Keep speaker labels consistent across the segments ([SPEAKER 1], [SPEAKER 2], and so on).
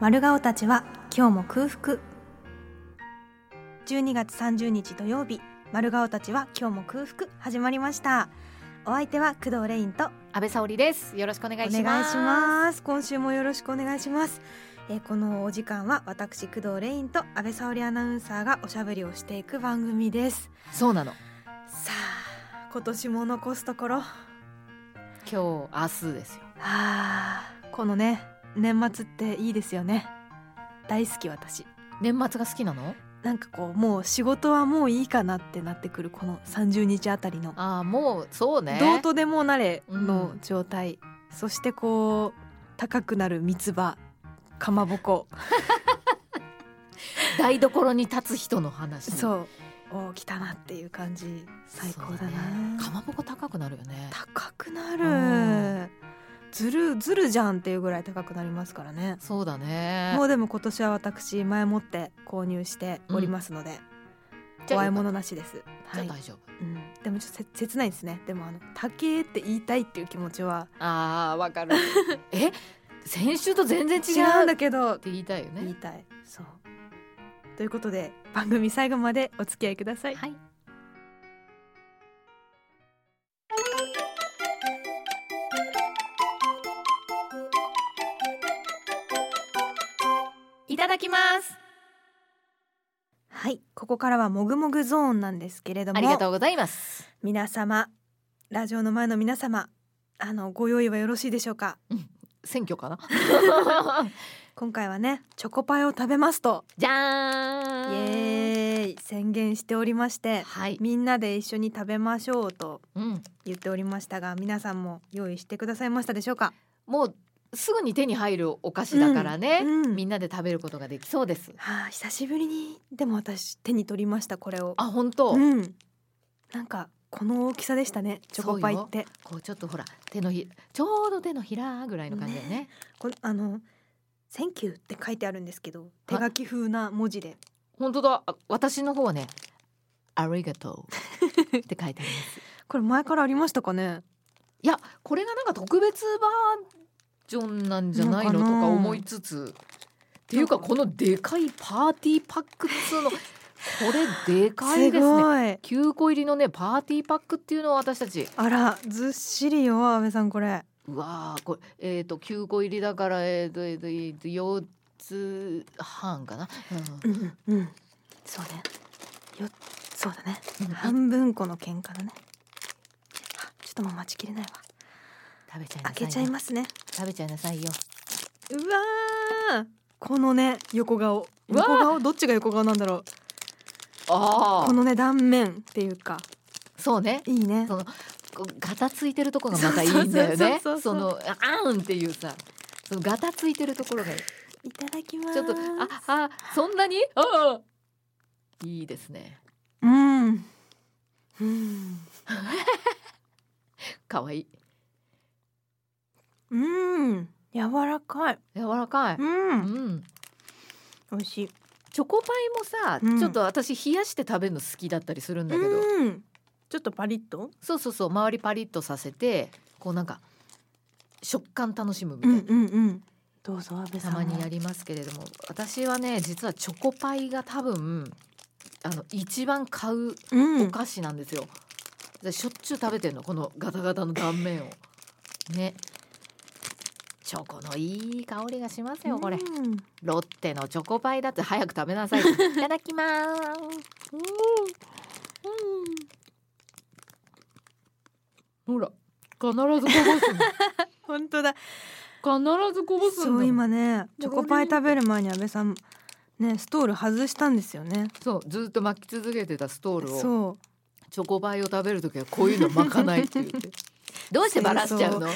[SPEAKER 1] 丸顔たちは今日も空腹12月30日土曜日丸顔たちは今日も空腹始まりましたお相手は工藤レインと
[SPEAKER 2] 安倍沙織です。よろしくお願
[SPEAKER 1] お
[SPEAKER 2] い
[SPEAKER 1] 願
[SPEAKER 2] し
[SPEAKER 1] いし
[SPEAKER 2] ます。
[SPEAKER 1] ます今週もよろしくお願いしますえーこのお時間は私工藤レインと安倍沙織アナウンサーがおしゃべりをしていく番組です
[SPEAKER 2] そうなの。
[SPEAKER 1] さあ今年も残すところ
[SPEAKER 2] 今日明日ですよ。
[SPEAKER 1] あーこのね年末っていいですよね大好き私
[SPEAKER 2] 年末が好きなの？
[SPEAKER 1] なんかこうもう仕事はもういいかなってなってくるこの30日あたりの
[SPEAKER 2] ああもうそうね。
[SPEAKER 1] どうとでもなれの
[SPEAKER 2] うん
[SPEAKER 1] 状態、そしてこう高くなる三つ葉かまぼこ
[SPEAKER 2] 台所に立つ人の話。う。
[SPEAKER 1] そうを来たなっていう感じ最高だな
[SPEAKER 2] ねかまぼこ高くなるよね。
[SPEAKER 1] 高く
[SPEAKER 2] う
[SPEAKER 1] なるずるずるじゃんっていうぐらい高くなりますからね
[SPEAKER 2] そうだね
[SPEAKER 1] も。うでも今年は私前もって購入しておりますので、
[SPEAKER 2] じゃあ
[SPEAKER 1] 怖いものなしです。は
[SPEAKER 2] じゃあ
[SPEAKER 1] い。
[SPEAKER 2] 大丈夫。
[SPEAKER 1] うん、でもちょっとせ切ないですね。でもあの竹って言いたいっていう気持ちは
[SPEAKER 2] ああわかる。 え先週と全然違
[SPEAKER 1] 違
[SPEAKER 2] う
[SPEAKER 1] うんだ
[SPEAKER 2] って
[SPEAKER 1] けど、
[SPEAKER 2] 言いたいよ
[SPEAKER 1] 言い
[SPEAKER 2] ね。
[SPEAKER 1] たい。そう。ということで番組最後までお付き合いください。
[SPEAKER 2] はい。いただきます。
[SPEAKER 1] はい。ここからはもぐもぐゾーンなんですけれども、
[SPEAKER 2] ありがとうございます。
[SPEAKER 1] 皆様ラジオの前の皆様、あのご用意はよろしいでしょうか。
[SPEAKER 2] 選挙かな。
[SPEAKER 1] 今回はねチョコパイを食べますと
[SPEAKER 2] じゃ
[SPEAKER 1] イエ
[SPEAKER 2] ーん。
[SPEAKER 1] ーイ宣言しておりまして、
[SPEAKER 2] はい。
[SPEAKER 1] みんなで一緒に食べましょうと
[SPEAKER 2] うん。
[SPEAKER 1] 言っておりましたが皆さんも用意してくださいましたでしょうか
[SPEAKER 2] もうすぐに手に入るお菓子だからね、
[SPEAKER 1] うんうん
[SPEAKER 2] みんなで食べることができそうです。
[SPEAKER 1] はあ久しぶりにでも私手に取りましたこれを
[SPEAKER 2] あ、本当。
[SPEAKER 1] うんなんかこの大きさでしたねチョコパイって
[SPEAKER 2] こうちょっとほら手のひちょうど手のひらぐらいの感じだよね。
[SPEAKER 1] このあの「Thank you」って書いてあるんですけど手書き風な文字で
[SPEAKER 2] 本当だ。あ私の方はね、ありがとう って書いてあります。
[SPEAKER 1] これ前からありましたかね
[SPEAKER 2] いや、これがなんか特別バージョンなんじゃないの
[SPEAKER 1] の
[SPEAKER 2] と
[SPEAKER 1] かな
[SPEAKER 2] か思いつつ、っていうかこのでかいパーティーパックっつ うの、これでかいですね。
[SPEAKER 1] ごい
[SPEAKER 2] 9個入りのねパーティーパックっていうのを私たち
[SPEAKER 1] あらずっしりよ安部さんこれ
[SPEAKER 2] うわーこれえっ、と9個入りだからえっ、とえっ、とえーと4つ半かな、うん
[SPEAKER 1] うんうんそうねよそうだね
[SPEAKER 2] うん
[SPEAKER 1] 半分この喧嘩だねあちょっともう待ちきれないわ
[SPEAKER 2] 食べちゃいな
[SPEAKER 1] 開
[SPEAKER 2] さい
[SPEAKER 1] けちゃい
[SPEAKER 2] よ
[SPEAKER 1] ますね
[SPEAKER 2] 食べちゃいなさいよ
[SPEAKER 1] うわーこのね横顔
[SPEAKER 2] うわー
[SPEAKER 1] 横顔どっちが横顔なんだろう
[SPEAKER 2] あ
[SPEAKER 1] このね断面っていうか
[SPEAKER 2] そうね
[SPEAKER 1] いいね
[SPEAKER 2] そうこうガタついてるとこがまたいいんだよね
[SPEAKER 1] そうそうそうそう
[SPEAKER 2] そのあんっていうさそのガタついてるところがち
[SPEAKER 1] いただきます
[SPEAKER 2] ょっとああそんなにああいいですね
[SPEAKER 1] うんうん
[SPEAKER 2] かわいい
[SPEAKER 1] うん柔らかい
[SPEAKER 2] 柔らかい、
[SPEAKER 1] う
[SPEAKER 2] うんん、
[SPEAKER 1] 美味しい
[SPEAKER 2] チョコパイもさ、
[SPEAKER 1] うん
[SPEAKER 2] ちょっと私冷やして食べるの好きだったりするんだけど、
[SPEAKER 1] うんちょっとパリッと
[SPEAKER 2] そうそうそう周りパリッとさせてこうなんか食感楽しむみた
[SPEAKER 1] う
[SPEAKER 2] い
[SPEAKER 1] ん
[SPEAKER 2] な、
[SPEAKER 1] うんうんどうぞ安部さ
[SPEAKER 2] た
[SPEAKER 1] んも
[SPEAKER 2] まにやりますけれども私はね実はチョコパイが多分あの一番買う
[SPEAKER 1] う
[SPEAKER 2] お
[SPEAKER 1] ん
[SPEAKER 2] 菓子なんですよ、でしょっちゅう食べてるのこのガタガタの断面をねチョコのいい香りがしますよこれ、
[SPEAKER 1] うん
[SPEAKER 2] ロッテのチョコパイだって早く食べ なさいいただきますほら必ずこぼすの
[SPEAKER 1] 本当だ
[SPEAKER 2] 必ずこぼすんだ
[SPEAKER 1] そ
[SPEAKER 2] も
[SPEAKER 1] うん今ねチョコパイ食べる前に安部さんねストール外したんですよね
[SPEAKER 2] そうずっと巻き続けてたストールを
[SPEAKER 1] そう
[SPEAKER 2] チョコパイを食べる時はこういうの巻かないって言って どうしてバラしちゃうの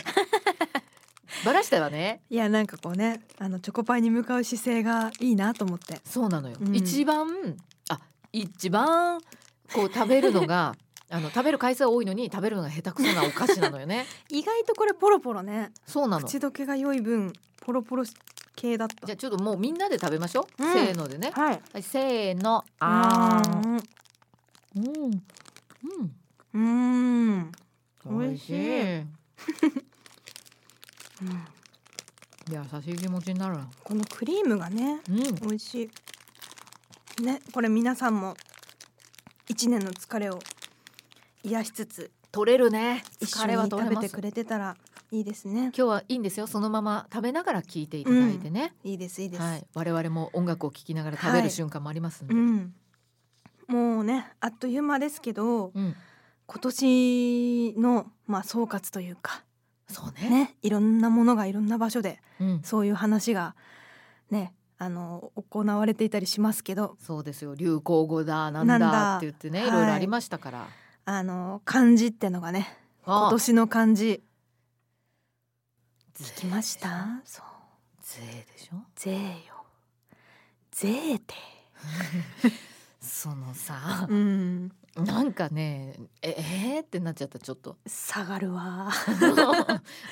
[SPEAKER 2] バラしたらね
[SPEAKER 1] いやなんかこうねあのチョコパイに向かう姿勢がいいなと思って
[SPEAKER 2] そうなのよ、
[SPEAKER 1] うん
[SPEAKER 2] 一番あ一番こう食べるの があの食べる回数は多いのに食べるのが下手くそなお菓子なのよね
[SPEAKER 1] 意外とこれポロポロね
[SPEAKER 2] そうなの
[SPEAKER 1] 口どけが良い分ポロポロ系だっ
[SPEAKER 2] じゃあちょっともうみんなで食べましょう、
[SPEAKER 1] うん
[SPEAKER 2] せーのでね、
[SPEAKER 1] たはい
[SPEAKER 2] はい、せーの
[SPEAKER 1] あ
[SPEAKER 2] あー
[SPEAKER 1] ー
[SPEAKER 2] うん
[SPEAKER 1] うーん
[SPEAKER 2] うん
[SPEAKER 1] 美味しい
[SPEAKER 2] 美味しい優しい気持ちになるな
[SPEAKER 1] このクリームがね
[SPEAKER 2] うん
[SPEAKER 1] 美味しいねこれ皆さんも一年の疲れを癒しつつ
[SPEAKER 2] 取れるね
[SPEAKER 1] 一緒
[SPEAKER 2] 疲れ
[SPEAKER 1] に
[SPEAKER 2] は取
[SPEAKER 1] 食
[SPEAKER 2] れ
[SPEAKER 1] べ
[SPEAKER 2] ま
[SPEAKER 1] て
[SPEAKER 2] す
[SPEAKER 1] くれてたらいいですね
[SPEAKER 2] 今日はいいんですよそのまま食べながら聞いていただいてね、
[SPEAKER 1] いいですいいです、
[SPEAKER 2] はい、我々も音楽を聴きながら食べ
[SPEAKER 1] は
[SPEAKER 2] る
[SPEAKER 1] い
[SPEAKER 2] 瞬間もありますんで、
[SPEAKER 1] うんもうねあっという間ですけど
[SPEAKER 2] うん
[SPEAKER 1] 今年のまあ総括というか
[SPEAKER 2] そうね
[SPEAKER 1] ねいろんなものがいろんな場所で
[SPEAKER 2] うん、
[SPEAKER 1] そういう話がねあの行われていたりしますけど
[SPEAKER 2] そうですよ流行語だなん
[SPEAKER 1] なん
[SPEAKER 2] だ
[SPEAKER 1] だ
[SPEAKER 2] って言ってね
[SPEAKER 1] はい
[SPEAKER 2] いろいろありましたから、
[SPEAKER 1] あの漢字ってのがね
[SPEAKER 2] あ
[SPEAKER 1] 今年の漢字
[SPEAKER 2] 聞
[SPEAKER 1] 聞きましたそう
[SPEAKER 2] 税でしょ
[SPEAKER 1] 税よ税って
[SPEAKER 2] そのさ、
[SPEAKER 1] うん
[SPEAKER 2] なんかねええー、ってなっちゃったちょっと
[SPEAKER 1] 下がるわ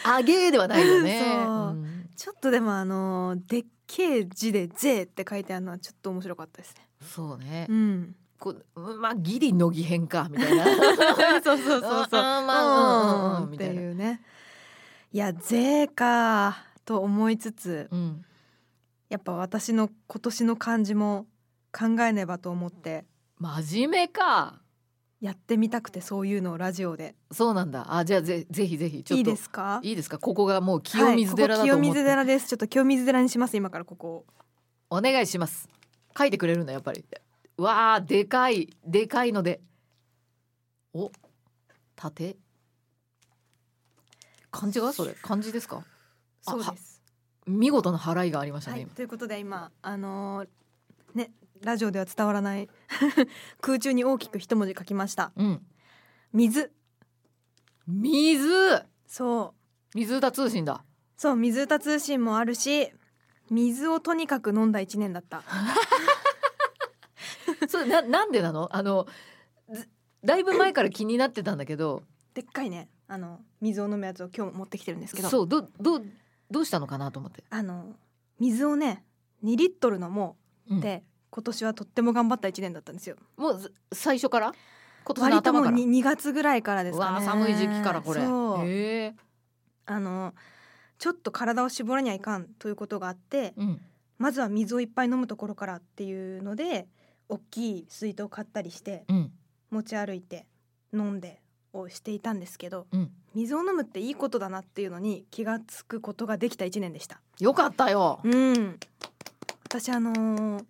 [SPEAKER 2] あげーではないよね
[SPEAKER 1] そう
[SPEAKER 2] うん
[SPEAKER 1] ちょっとでもあのでっけえ字で税って書いてあるのはちょっと面白かったですね
[SPEAKER 2] そうね、
[SPEAKER 1] うん
[SPEAKER 2] こうまあギリ乃木編かみたいな
[SPEAKER 1] そうそうそうそう
[SPEAKER 2] あーまあ
[SPEAKER 1] う
[SPEAKER 2] うんうんうん
[SPEAKER 1] んっ
[SPEAKER 2] み
[SPEAKER 1] て、
[SPEAKER 2] たいない
[SPEAKER 1] うねいや税かと思いつつ
[SPEAKER 2] うん、
[SPEAKER 1] やっぱ私の今年の漢字も考えねばと思って
[SPEAKER 2] 真面目か
[SPEAKER 1] やってみたくてそういうのをラジオで
[SPEAKER 2] そうなんだあじゃあぜぜひぜひちょっと
[SPEAKER 1] いいですか
[SPEAKER 2] いいですかここがもう清水寺だ
[SPEAKER 1] はい
[SPEAKER 2] と
[SPEAKER 1] ここ清
[SPEAKER 2] 思って、
[SPEAKER 1] 水寺ですちょっと清水寺にします今からここを
[SPEAKER 2] お願いします書いてくれるんだやっぱりわあでかいでかいのでお縦漢字がそれ漢字ですかあ
[SPEAKER 1] そうです
[SPEAKER 2] 見事な払いがありました
[SPEAKER 1] は
[SPEAKER 2] ね、
[SPEAKER 1] いということで今あのーねラジオでは伝わらない 空中に大きく一文字書きました
[SPEAKER 2] 今うん
[SPEAKER 1] 水
[SPEAKER 2] 水
[SPEAKER 1] そう
[SPEAKER 2] 水田通 信だ
[SPEAKER 1] そう水歌通信もあるし水をとにかく飲んだ一年だった
[SPEAKER 2] それななんでなのあのずだいぶ前から気になってたんだけど
[SPEAKER 1] でっかいねあの水を飲むやつを今日持ってきてるんですけど
[SPEAKER 2] そうどどどうしたのかなと思って、
[SPEAKER 1] あの水をね2リットル飲も
[SPEAKER 2] う
[SPEAKER 1] うんって、今年はとっても頑張った1年だったんですよ
[SPEAKER 2] もうず最初から今年の
[SPEAKER 1] 割とも
[SPEAKER 2] 頭
[SPEAKER 1] う
[SPEAKER 2] から
[SPEAKER 1] 2, 2月ぐらいからです
[SPEAKER 2] う
[SPEAKER 1] か
[SPEAKER 2] わあ
[SPEAKER 1] ね
[SPEAKER 2] 寒い時期からこれ
[SPEAKER 1] そう
[SPEAKER 2] へえ
[SPEAKER 1] あのちょっと体を絞らにゃいかんということがあって
[SPEAKER 2] うん
[SPEAKER 1] まずは水をいっぱい飲むところからっていうので大きい水筒を買ったりして
[SPEAKER 2] うん
[SPEAKER 1] 持ち歩いて飲んでをしていたんですけど
[SPEAKER 2] うん
[SPEAKER 1] 水を飲むっていいことだなっていうのに気がつくことができた1年でした。
[SPEAKER 2] よかったよ。
[SPEAKER 1] うん、私あのー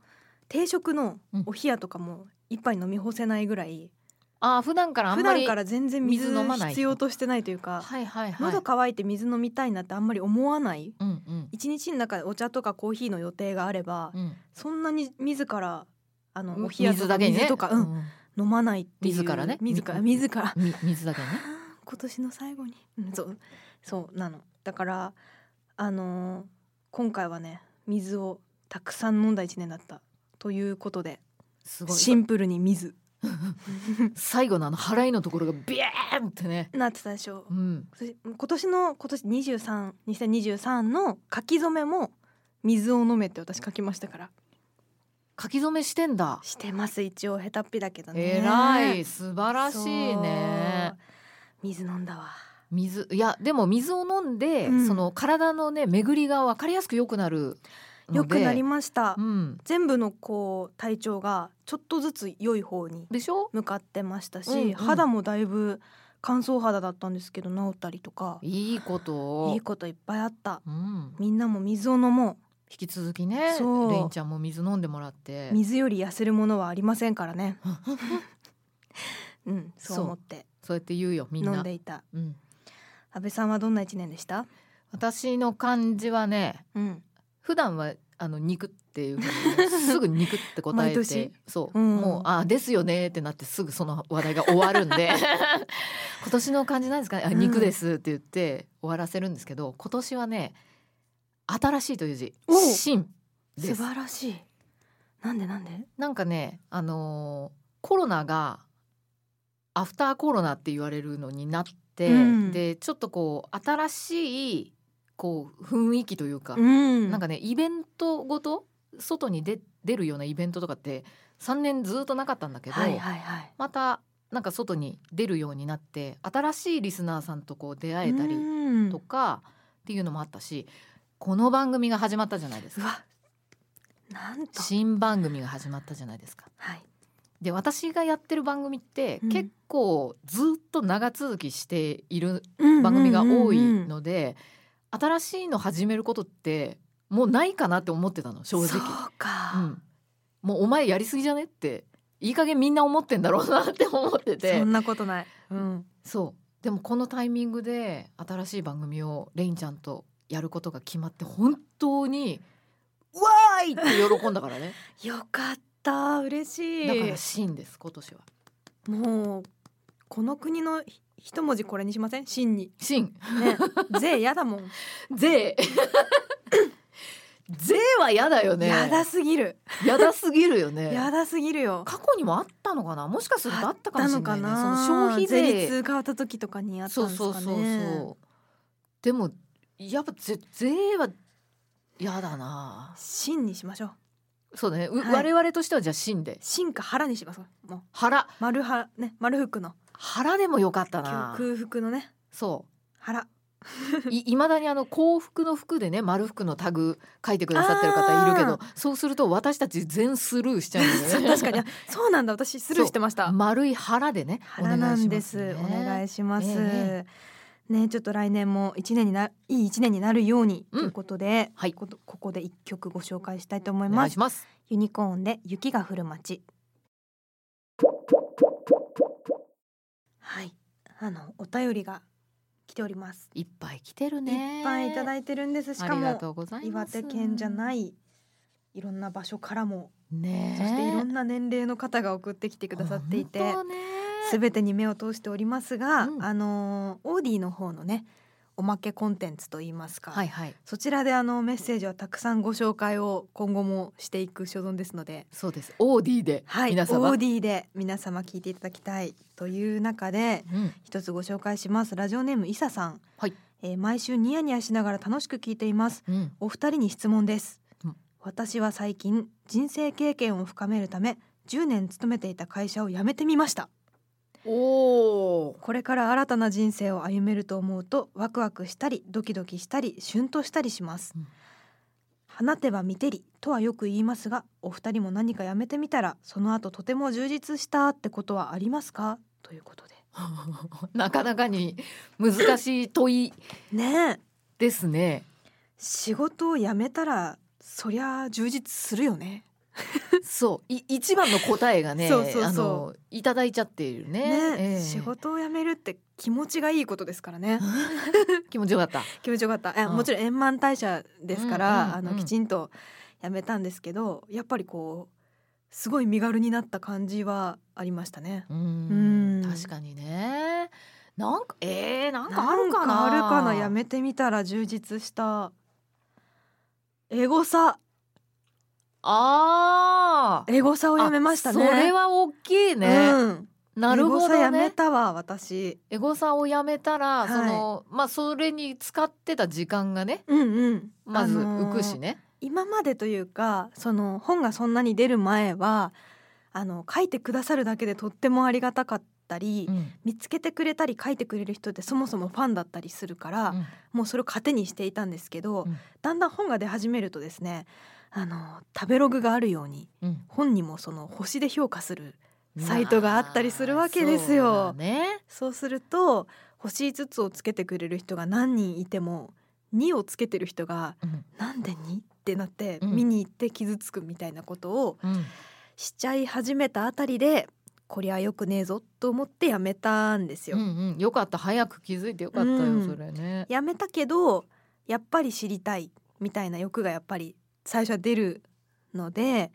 [SPEAKER 1] 定食の
[SPEAKER 2] うん
[SPEAKER 1] お冷やとかも一杯飲み干せないぐらい、
[SPEAKER 2] あー普段からあん
[SPEAKER 1] 普
[SPEAKER 2] まり
[SPEAKER 1] 段から全然水
[SPEAKER 2] 水飲まない
[SPEAKER 1] 必要としてないというか、
[SPEAKER 2] はいはいはい。
[SPEAKER 1] 喉乾いて水飲みたいなってあんまり思わない
[SPEAKER 2] うんうん
[SPEAKER 1] 一日の中でお茶とかコーヒーの予定があれば、
[SPEAKER 2] うん。
[SPEAKER 1] そんなに自らあのお冷や
[SPEAKER 2] 水
[SPEAKER 1] と
[SPEAKER 2] だ
[SPEAKER 1] か
[SPEAKER 2] けにね。
[SPEAKER 1] 水とか、うん飲まないっていう
[SPEAKER 2] 自らね
[SPEAKER 1] 自ら
[SPEAKER 2] み
[SPEAKER 1] 自ら
[SPEAKER 2] み水だけにね。
[SPEAKER 1] 今年の最後に、うん、そうそうなのだからあのー今回はね水をたくさん飲んだ一年だったということです
[SPEAKER 2] ご
[SPEAKER 1] シ
[SPEAKER 2] い。
[SPEAKER 1] ンプルに水
[SPEAKER 2] 最後のあの払いのところがビーンってね。
[SPEAKER 1] なってたでしょ
[SPEAKER 2] うん。
[SPEAKER 1] そして今年の今年23 2023の書き初めも水を飲めって私書きましたから
[SPEAKER 2] 書き初めしてんだ。
[SPEAKER 1] してます一応下手っぴだけどね
[SPEAKER 2] えらい素晴らしいね
[SPEAKER 1] そう。水飲んだわ
[SPEAKER 2] 水いやでも水を飲んで、
[SPEAKER 1] うん
[SPEAKER 2] その体のね巡りが分かりやすく良くなるので。
[SPEAKER 1] よくなりました、
[SPEAKER 2] うん。
[SPEAKER 1] 全部のこう体調がちょっとずつ良い方に
[SPEAKER 2] でしょ。
[SPEAKER 1] 向かってましたし、
[SPEAKER 2] うんうん
[SPEAKER 1] 肌もだいぶ乾燥肌だったんですけど治ったりとか
[SPEAKER 2] いいことを。
[SPEAKER 1] いいこといっぱいあった
[SPEAKER 2] うん。
[SPEAKER 1] みんなも水を飲も
[SPEAKER 2] 引き続きね
[SPEAKER 1] そう
[SPEAKER 2] レインちゃんも水飲んでもらって
[SPEAKER 1] う水より痩せるものはありませんからね うんそう
[SPEAKER 2] そう
[SPEAKER 1] 思って
[SPEAKER 2] そうやって言うよみんな
[SPEAKER 1] 飲んでいた
[SPEAKER 2] うん、
[SPEAKER 1] 安倍さんはどんな一年でした
[SPEAKER 2] 私の感じはね
[SPEAKER 1] うん
[SPEAKER 2] 普段はあの肉っていうふうにすぐ肉って答え
[SPEAKER 1] 毎
[SPEAKER 2] て
[SPEAKER 1] 年
[SPEAKER 2] そう、
[SPEAKER 1] うん
[SPEAKER 2] もうあですよねってなってすぐその話題が終わるんで 今年の感じなんですかねあ
[SPEAKER 1] うん
[SPEAKER 2] 肉ですって言って終わらせるんですけど今年はね新しいという字
[SPEAKER 1] お
[SPEAKER 2] 新で
[SPEAKER 1] 素
[SPEAKER 2] す
[SPEAKER 1] 晴らしいなんでなんで
[SPEAKER 2] なんかねあのーコロナがアフターコロナって言われるのになっ
[SPEAKER 1] う
[SPEAKER 2] て、
[SPEAKER 1] ん
[SPEAKER 2] でちょっとこう新しいこう雰囲気というか、
[SPEAKER 1] うん
[SPEAKER 2] なんかねイベントごと外に出出るようなイベントとかって3年ずっとなかったんだけど、
[SPEAKER 1] はいはいはい
[SPEAKER 2] またなんか外に出るようになって新しいリスナーさんとこう出会えたり
[SPEAKER 1] うん
[SPEAKER 2] とかっていうのもあったしこの番組が始まったじゃないです
[SPEAKER 1] う
[SPEAKER 2] か
[SPEAKER 1] わなんと
[SPEAKER 2] 新番組が始まったじゃないですか
[SPEAKER 1] はい
[SPEAKER 2] で私がやってる番組って、
[SPEAKER 1] うん
[SPEAKER 2] 結構ずっと長続きしている番組が多いので、新しいの始めることってもうないかなって思ってたの正
[SPEAKER 1] そ
[SPEAKER 2] 直
[SPEAKER 1] うか、
[SPEAKER 2] うん、もうお前やりすぎじゃねっていい加減みんな思ってんだろうなって思ってて
[SPEAKER 1] そんなことない、うん、
[SPEAKER 2] そうでもこのタイミングで新しい番組をレインちゃんとやることが決まって本当に「わーい!」って喜んだか らね
[SPEAKER 1] よかった嬉しい
[SPEAKER 2] だからシーンです今年は
[SPEAKER 1] もうこの国のひ一文字これにしません真に
[SPEAKER 2] シーン
[SPEAKER 1] ね税やだもん、
[SPEAKER 2] 税税はやだよね
[SPEAKER 1] やだすぎる、
[SPEAKER 2] やだすぎるよね
[SPEAKER 1] やだすぎるよ
[SPEAKER 2] 過去にもあったのかなもしかするとあったかもしれないね
[SPEAKER 1] あったのか
[SPEAKER 2] その消費税
[SPEAKER 1] 税率変わった時とかにあったん
[SPEAKER 2] そ
[SPEAKER 1] です
[SPEAKER 2] う
[SPEAKER 1] か
[SPEAKER 2] そ
[SPEAKER 1] ね
[SPEAKER 2] うそうそうでもやっぱぜ税はやだな
[SPEAKER 1] 真にしましょう
[SPEAKER 2] そうだね、う
[SPEAKER 1] はい
[SPEAKER 2] 我々としてはじゃあ真で
[SPEAKER 1] 真か腹にしますもう
[SPEAKER 2] 腹
[SPEAKER 1] 丸はね丸服の
[SPEAKER 2] 腹でもよかった
[SPEAKER 1] 今
[SPEAKER 2] な
[SPEAKER 1] 日空腹のね
[SPEAKER 2] そ
[SPEAKER 1] 腹
[SPEAKER 2] うい いまだにあの幸福の服でね丸服のタグ書いてくださってる方いるけど
[SPEAKER 1] あ
[SPEAKER 2] そうすると私たち全スルーしちゃうんだ
[SPEAKER 1] そ
[SPEAKER 2] よ
[SPEAKER 1] う
[SPEAKER 2] ね
[SPEAKER 1] 確かにあそうなんだ私スルーしてました
[SPEAKER 2] 丸い腹でね
[SPEAKER 1] 腹なんですお願いします,、ね
[SPEAKER 2] え
[SPEAKER 1] ちょっと来年も一年にないい一年になるように
[SPEAKER 2] うん
[SPEAKER 1] ということで、
[SPEAKER 2] はい
[SPEAKER 1] こここで一曲ご紹介したいと思い
[SPEAKER 2] お
[SPEAKER 1] ま
[SPEAKER 2] 願い
[SPEAKER 1] す
[SPEAKER 2] します
[SPEAKER 1] ユニコーンで雪が降る街はいあのお便りが来ております、
[SPEAKER 2] いっぱい来てるね
[SPEAKER 1] いっぱいいただ
[SPEAKER 2] い
[SPEAKER 1] いてるんですしか
[SPEAKER 2] ありが
[SPEAKER 1] も
[SPEAKER 2] とうござい
[SPEAKER 1] 岩
[SPEAKER 2] ます
[SPEAKER 1] 手県じゃないいいろんな場所からも、
[SPEAKER 2] ねえ
[SPEAKER 1] そしていろんな年齢の方が送ってきてくださっていて
[SPEAKER 2] 本当ね
[SPEAKER 1] すべてに目を通しておりますが、
[SPEAKER 2] うん
[SPEAKER 1] あのオーディの方のねおまけコンテンツといいますか、
[SPEAKER 2] はいはい
[SPEAKER 1] そちらであのメッセージはたくさんご紹介を今後もしていく所存ですので
[SPEAKER 2] そうですオーディで
[SPEAKER 1] はい
[SPEAKER 2] 皆様、
[SPEAKER 1] オーディで皆様聞いていただきたいという中で
[SPEAKER 2] うん
[SPEAKER 1] 一つご紹介しますラジオネームイサさん、
[SPEAKER 2] はい
[SPEAKER 1] えー毎週ニヤニヤしながら楽しく聞いています
[SPEAKER 2] うん
[SPEAKER 1] お二人に質問です、
[SPEAKER 2] うん
[SPEAKER 1] 私は最近人生経験を深めるため10年勤めていた会社を辞めてみました
[SPEAKER 2] おー
[SPEAKER 1] これから新たな人生を歩めると思うとワクワクしたりドキドキしたりシュンとしたりします、
[SPEAKER 2] うん
[SPEAKER 1] 花手は見てりとはよく言いますがお二人も何かやめてみたらその後とても充実したってことはありますかということで
[SPEAKER 2] なかなかに難しい問い
[SPEAKER 1] ねえ
[SPEAKER 2] で すね
[SPEAKER 1] 仕事を辞めたらそりゃ充実するよね
[SPEAKER 2] そうい一番の答えがね
[SPEAKER 1] そうそうそう
[SPEAKER 2] あのいただいちゃっているね
[SPEAKER 1] ねえ、
[SPEAKER 2] ええ
[SPEAKER 1] 仕事を辞めるって気持ちがいいことですからね
[SPEAKER 2] 気持ちよかった
[SPEAKER 1] 気持ちよかったえ、
[SPEAKER 2] うん
[SPEAKER 1] もちろん円満退社ですか
[SPEAKER 2] うんうん
[SPEAKER 1] ら、
[SPEAKER 2] うん
[SPEAKER 1] あのきちんと辞めたんですけどやっぱりこうすごい身軽になった感じはありましたね
[SPEAKER 2] うー
[SPEAKER 1] う
[SPEAKER 2] ん
[SPEAKER 1] ん
[SPEAKER 2] 確かにねなんかえー、なんかあるかなん
[SPEAKER 1] かあるかな辞めてみたら充実したエゴサ
[SPEAKER 2] あー
[SPEAKER 1] エゴサをやめましたね
[SPEAKER 2] あそれは大きいね、
[SPEAKER 1] うん、
[SPEAKER 2] なるほ
[SPEAKER 1] エゴサ
[SPEAKER 2] ど
[SPEAKER 1] やめ
[SPEAKER 2] ね
[SPEAKER 1] たわ私
[SPEAKER 2] エゴサをやめたら、
[SPEAKER 1] はい
[SPEAKER 2] そのまあそれに使ってた時間がね
[SPEAKER 1] うんうん
[SPEAKER 2] まず
[SPEAKER 1] あのー
[SPEAKER 2] 浮くしね、
[SPEAKER 1] 今までというかその本がそんなに出る前はあの書いてくださるだけでとってもありがたかったり、
[SPEAKER 2] うん
[SPEAKER 1] 見つけてくれたり書いてくれる人ってそもそもファンだったりするから、
[SPEAKER 2] うん
[SPEAKER 1] もうそれを糧にしていたんですけど、
[SPEAKER 2] うん
[SPEAKER 1] だんだん本が出始めるとですねあの食べログがあるように
[SPEAKER 2] うん
[SPEAKER 1] 本にもその星で評価するサイトがあったりするわけですよ
[SPEAKER 2] まあそうだね、
[SPEAKER 1] そうすると星5つをつけてくれる人が何人いても2をつけてる人が
[SPEAKER 2] うん
[SPEAKER 1] なんで2ってなって
[SPEAKER 2] うん
[SPEAKER 1] 見に行って傷つくみたいなことを
[SPEAKER 2] うん
[SPEAKER 1] しちゃい始めたあたりでこりゃよくねえぞと思ってやめたんですよ。
[SPEAKER 2] うんうん、よかった早く気づいてよかったよ、
[SPEAKER 1] うん
[SPEAKER 2] それね。
[SPEAKER 1] やめたけどやっぱり知りたいみたいな欲がやっぱり最初は出るので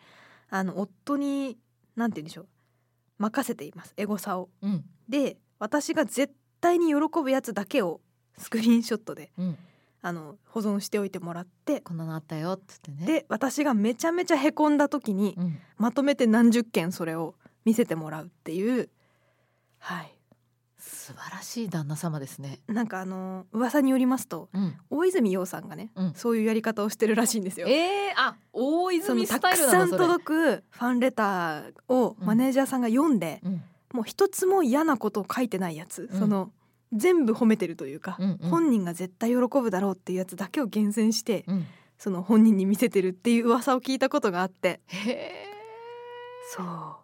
[SPEAKER 1] あの夫に何て言うんでしょう任せていますエゴサを。
[SPEAKER 2] うん
[SPEAKER 1] で私が絶対に喜ぶやつだけをスクリーンショットで
[SPEAKER 2] うん、
[SPEAKER 1] あの保存しておいてもらって
[SPEAKER 2] こんなのあったよっつってね。、
[SPEAKER 1] で私がめちゃめちゃへこんだ時に
[SPEAKER 2] うん、
[SPEAKER 1] まとめて何十件それを見せてもらうっていうはい
[SPEAKER 2] 素晴らしい旦那様ですね。
[SPEAKER 1] なんかあの噂によりますと
[SPEAKER 2] うん
[SPEAKER 1] 大泉洋さんがね、
[SPEAKER 2] うん
[SPEAKER 1] そういうやり方をしてるらしいんですよ。
[SPEAKER 2] えー、あ大
[SPEAKER 1] その
[SPEAKER 2] 泉
[SPEAKER 1] た
[SPEAKER 2] スタ
[SPEAKER 1] く
[SPEAKER 2] イルな
[SPEAKER 1] さ
[SPEAKER 2] の
[SPEAKER 1] ん
[SPEAKER 2] それ。
[SPEAKER 1] 届くファンレターをマネージャーさんが読んで、
[SPEAKER 2] うん
[SPEAKER 1] もう一つも嫌なことを書いてないやつ、
[SPEAKER 2] うん
[SPEAKER 1] その全部褒めてるというか、
[SPEAKER 2] うんうん
[SPEAKER 1] 本人が絶対喜ぶだろうっていうやつだけを厳選して、
[SPEAKER 2] うん
[SPEAKER 1] その本人に見せてるっていう噂を聞いたことがあって
[SPEAKER 2] へえ
[SPEAKER 1] そう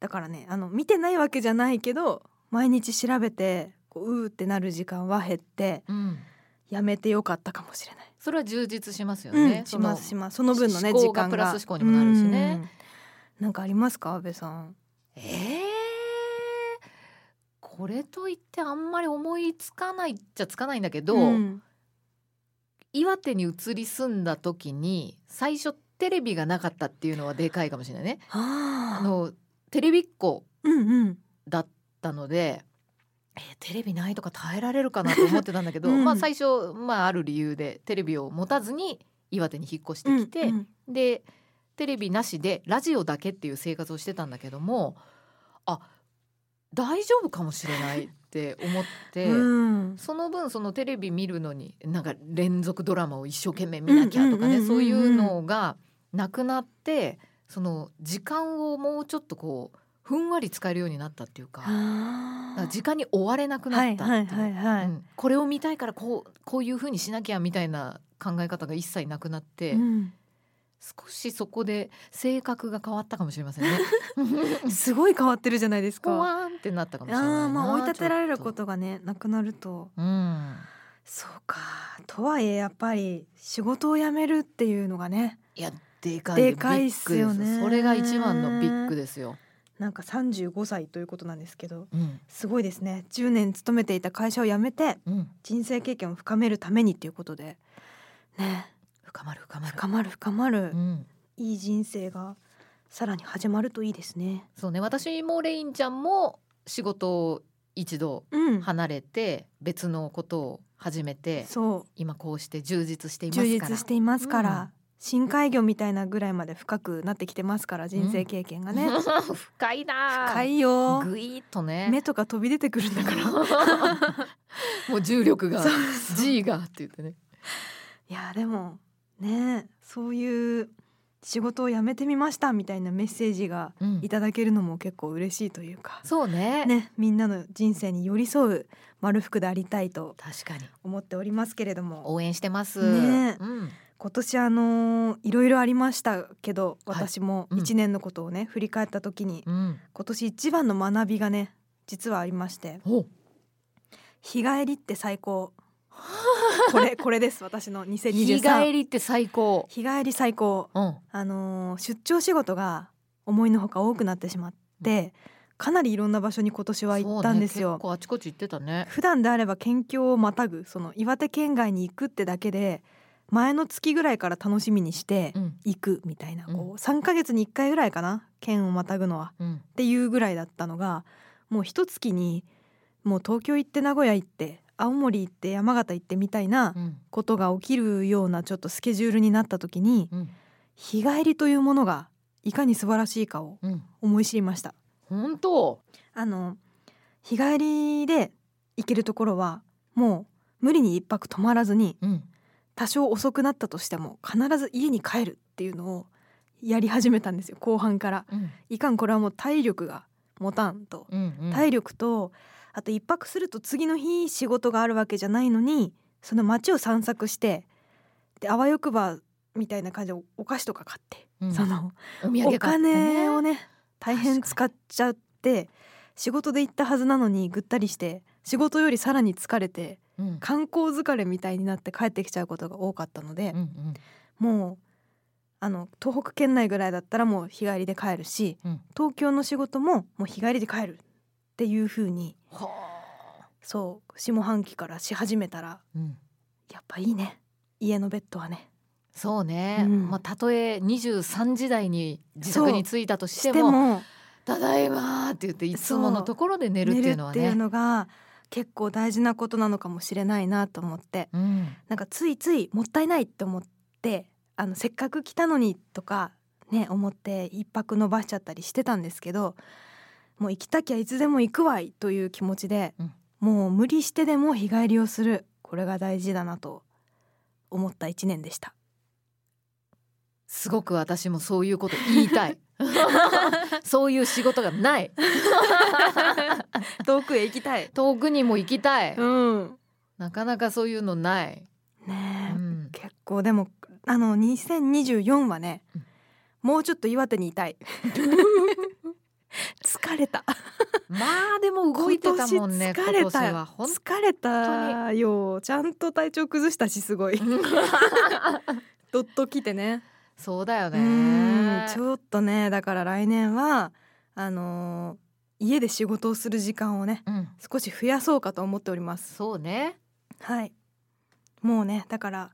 [SPEAKER 1] だからねあの見てないわけじゃないけど毎日調べてこううーってなる時間は減って
[SPEAKER 2] うん
[SPEAKER 1] やめてよかったかもしれない。
[SPEAKER 2] それは充実しますよ
[SPEAKER 1] う
[SPEAKER 2] ね
[SPEAKER 1] ん、、し
[SPEAKER 2] その
[SPEAKER 1] ますしますその分のね
[SPEAKER 2] 思
[SPEAKER 1] 時
[SPEAKER 2] 考が
[SPEAKER 1] 間が
[SPEAKER 2] プラス思考にもなるしね
[SPEAKER 1] うんなんかありますか安部さん
[SPEAKER 2] えーこれといってあんまり思いつかないっちゃつかないんだけど、
[SPEAKER 1] ん
[SPEAKER 2] 岩手に移り住んだ時に最初テレビがなかったっていうのはでかいかもしれないね。
[SPEAKER 1] あ
[SPEAKER 2] あ
[SPEAKER 1] ー
[SPEAKER 2] のテレビっ子
[SPEAKER 1] うんうん
[SPEAKER 2] だったので、えーテレビないとか耐えられるかなと思ってたんだけど、
[SPEAKER 1] うん
[SPEAKER 2] まあ最初、まあ、ある理由でテレビを持たずに岩手に引っ越してきて、
[SPEAKER 1] うんうん
[SPEAKER 2] でテレビなしでラジオだけっていう生活をしてたんだけどもあ大丈夫かもしれないって思っ て、
[SPEAKER 1] うん
[SPEAKER 2] その分そのテレビ見るのになんか連続ドラマを一生懸命見なきゃとか
[SPEAKER 1] うんうんうんうんう
[SPEAKER 2] ね
[SPEAKER 1] ん
[SPEAKER 2] そういうのがなくなってその時間をもうちょっとこうふんわり使えるようになったっていうかだから
[SPEAKER 1] あ
[SPEAKER 2] 時間に追われなくなったって
[SPEAKER 1] はいいうはいはいはい
[SPEAKER 2] うんこれを見たいからこうこういうふうにしなきゃみたいな考え方が一切なくなって。
[SPEAKER 1] ーうん
[SPEAKER 2] 少しそこで性格が変わったかもしれ ませんね。
[SPEAKER 1] すごい変わってるじゃないです
[SPEAKER 2] こ
[SPEAKER 1] か。あ
[SPEAKER 2] わーんってなったかもしれないな。
[SPEAKER 1] あーまあ追い立てられるこ
[SPEAKER 2] ちょっ
[SPEAKER 1] とがねなくなると
[SPEAKER 2] と。うん。
[SPEAKER 1] そうかとはいえやっぱり仕事を辞めるっていうのがね
[SPEAKER 2] いやでかいよ
[SPEAKER 1] でかいっすよね
[SPEAKER 2] ビッグですそれが一番のビッグですよ。
[SPEAKER 1] なんか35歳ということなんですけど
[SPEAKER 2] うん
[SPEAKER 1] すごいですね10年勤めていた会社を辞めて
[SPEAKER 2] うん。
[SPEAKER 1] 人生経験を深めるためにっていうことでね
[SPEAKER 2] 深まる深まる。
[SPEAKER 1] 深まる深まる、
[SPEAKER 2] うん。
[SPEAKER 1] いい人生がさらに始まるといいですね。
[SPEAKER 2] そうね。私もレインちゃんも仕事を一度
[SPEAKER 1] うん、
[SPEAKER 2] 離れて別のことを始めて
[SPEAKER 1] そう
[SPEAKER 2] 今こうして充実しています
[SPEAKER 1] 充
[SPEAKER 2] から。
[SPEAKER 1] 実していますから、
[SPEAKER 2] うん
[SPEAKER 1] 深海魚みたいなぐらいまで深くなってきてますから人生経験がね、
[SPEAKER 2] 深いなー。
[SPEAKER 1] 深いよ
[SPEAKER 2] ぐいっとね。
[SPEAKER 1] 目とか飛び出てくるん だから
[SPEAKER 2] もう重力が
[SPEAKER 1] そうそう
[SPEAKER 2] G がって言ってね
[SPEAKER 1] いやでもねそういう仕事を辞めてみましたみたいなメッセージがいただけるのも結構嬉しいというか、
[SPEAKER 2] そうね
[SPEAKER 1] ね、みんなの人生に寄り添う丸福でありたいと
[SPEAKER 2] 確かに
[SPEAKER 1] 思っておりますけれども
[SPEAKER 2] 応援してます、
[SPEAKER 1] ね
[SPEAKER 2] うん、
[SPEAKER 1] 今年あのいろいろありましたけど
[SPEAKER 2] はい
[SPEAKER 1] 私も
[SPEAKER 2] うん
[SPEAKER 1] 1年のことをね、振り返った時に
[SPEAKER 2] うん、
[SPEAKER 1] 今年一番の学びがね実はありまして
[SPEAKER 2] お
[SPEAKER 1] 日帰りって最 高これこれです私の2023
[SPEAKER 2] 日帰りって最高
[SPEAKER 1] 日帰り最高
[SPEAKER 2] うん
[SPEAKER 1] あのー出張仕事が思いのほか多くなってしまってかなりいろんな場所に今年は行ったんです
[SPEAKER 2] そうね、
[SPEAKER 1] よ、
[SPEAKER 2] 結構あちこち行ってたね
[SPEAKER 1] 普段であれば県境をまたぐその岩手県外に行くってだけで前の月ぐらいから楽しみにして
[SPEAKER 2] うん
[SPEAKER 1] 行くみたいな、
[SPEAKER 2] うん
[SPEAKER 1] こう3ヶ月に1回ぐらいかな県をまたぐのは
[SPEAKER 2] うん
[SPEAKER 1] っていうぐらいだったのがもう一月にもう東京行って名古屋行って青森行って山形行ってみたいな
[SPEAKER 2] うん
[SPEAKER 1] ことが起きるようなちょっとスケジュールになった時に
[SPEAKER 2] うん
[SPEAKER 1] 日帰りというものがいかに素晴らしいかを
[SPEAKER 2] うん
[SPEAKER 1] 思い知りました。
[SPEAKER 2] 本当
[SPEAKER 1] あの日帰りで行けるところはもう無理に一泊泊まらずに
[SPEAKER 2] うん
[SPEAKER 1] 多少遅くなったとしても必ず家に帰るっていうのをやり始めたんですよ後半から。
[SPEAKER 2] うん
[SPEAKER 1] いかんこれはもう体力が持たんと
[SPEAKER 2] うんうん
[SPEAKER 1] 体力とあと一泊すると次の日仕事があるわけじゃないのにその街を散策してであわよくばみたいな感じでおお菓子とか買って、
[SPEAKER 2] うん
[SPEAKER 1] その
[SPEAKER 2] お土産買ってね
[SPEAKER 1] お金をね大変使っちゃって仕事で行ったはずなのにぐったりして仕事よりさらに疲れて
[SPEAKER 2] うん
[SPEAKER 1] 観光疲れみたいになって帰ってきちゃうことが多かったので
[SPEAKER 2] うん、うん
[SPEAKER 1] もうあの東北県内ぐらいだったらもう日帰りで帰るし、
[SPEAKER 2] うん
[SPEAKER 1] 東京の仕事ももう日帰りで帰るっていう風に
[SPEAKER 2] はあ
[SPEAKER 1] そう下半期からし始めたら
[SPEAKER 2] うん
[SPEAKER 1] やっぱいいね家のベッドはね
[SPEAKER 2] そうね、
[SPEAKER 1] うん
[SPEAKER 2] まあたとえ23時台に自宅に着いたとして
[SPEAKER 1] し
[SPEAKER 2] も
[SPEAKER 1] ても
[SPEAKER 2] ただいまーって言っていつものところで寝るっていうのは
[SPEAKER 1] 寝るっていう
[SPEAKER 2] ね。
[SPEAKER 1] のが結構大事なことなのかもしれないなと思って
[SPEAKER 2] うん
[SPEAKER 1] なんかついついもったいないって思ってあのせっかく来たのにとかね思って一泊伸ばしちゃったりしてたんですけどもう行きたきゃいつでも行くわいという気持ちで、
[SPEAKER 2] うん
[SPEAKER 1] もう無理してでも日帰りをするこれが大事だなと思った一年でした。
[SPEAKER 2] すごく私もそういうこと言いたい。そういう仕事がない
[SPEAKER 1] 遠くへ行きたい。
[SPEAKER 2] 遠くにも行きたい、
[SPEAKER 1] うん。
[SPEAKER 2] なかなかそういうのない、う
[SPEAKER 1] ねえ、
[SPEAKER 2] ん、
[SPEAKER 1] 結構でもあの2024はね、
[SPEAKER 2] うん
[SPEAKER 1] もうちょっと岩手にい たい。疲れた。
[SPEAKER 2] まあでも動いてたもんね
[SPEAKER 1] 今年
[SPEAKER 2] 今
[SPEAKER 1] 疲
[SPEAKER 2] 年
[SPEAKER 1] れた
[SPEAKER 2] は本
[SPEAKER 1] 疲れたよ。ちゃんと体調崩したしすごい
[SPEAKER 2] 当。に
[SPEAKER 1] どっと来てね。
[SPEAKER 2] そうだよ
[SPEAKER 1] う
[SPEAKER 2] ね
[SPEAKER 1] んちょっとねだから来年はあのー家で仕事をする時間をね
[SPEAKER 2] うん、
[SPEAKER 1] 少し増やそうかと思っております。
[SPEAKER 2] そうね、
[SPEAKER 1] はい。もうねだから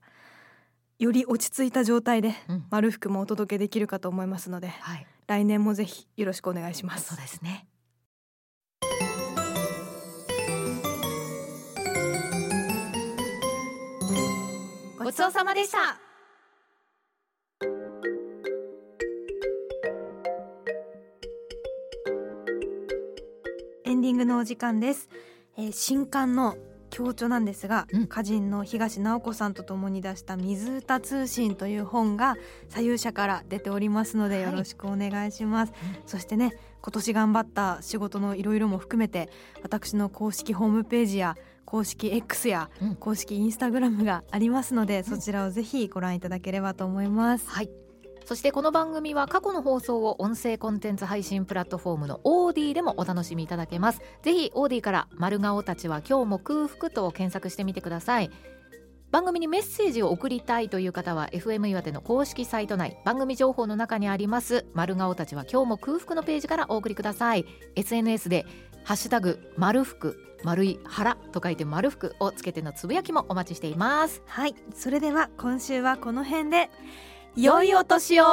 [SPEAKER 1] より落ち着いた状態で
[SPEAKER 2] うん、
[SPEAKER 1] 丸福もお届けできるかと思いますので
[SPEAKER 2] はい
[SPEAKER 1] 来年もぜひよろしくお願いしま
[SPEAKER 2] そ
[SPEAKER 1] す。
[SPEAKER 2] うですねごちそうさまでした
[SPEAKER 1] エンディングのお時間です、えー新刊の強調なんですが、
[SPEAKER 2] うん
[SPEAKER 1] 歌人の東直子さんと共に出した水歌通信という本が左右者から出ておりますので
[SPEAKER 2] は
[SPEAKER 1] よ
[SPEAKER 2] い
[SPEAKER 1] ろしくお願いします、
[SPEAKER 2] うん
[SPEAKER 1] そしてね今年頑張った仕事のいろいろも含めて私の公式ホームページや公式 X や
[SPEAKER 2] うん
[SPEAKER 1] 公式インスタグラムがありますので、そちらをぜひご覧いただければと思います、
[SPEAKER 2] はいそしてこの番組は過去の放送を音声コンテンツ配信プラットフォームのオーディでもお楽しみいただけますぜひオーディから丸顔たちは今日も空腹と検索してみてください番組にメッセージを送りたいという方は FM 岩手の公式サイト内番組情報の中にあります丸顔たちは今日も空腹のページからお送りください SNS でハッシュタグ丸服丸い腹と書いて丸服をつけてのつぶやきもお待ちしています
[SPEAKER 1] はいそれでは今週はこの辺で
[SPEAKER 2] 良いお年を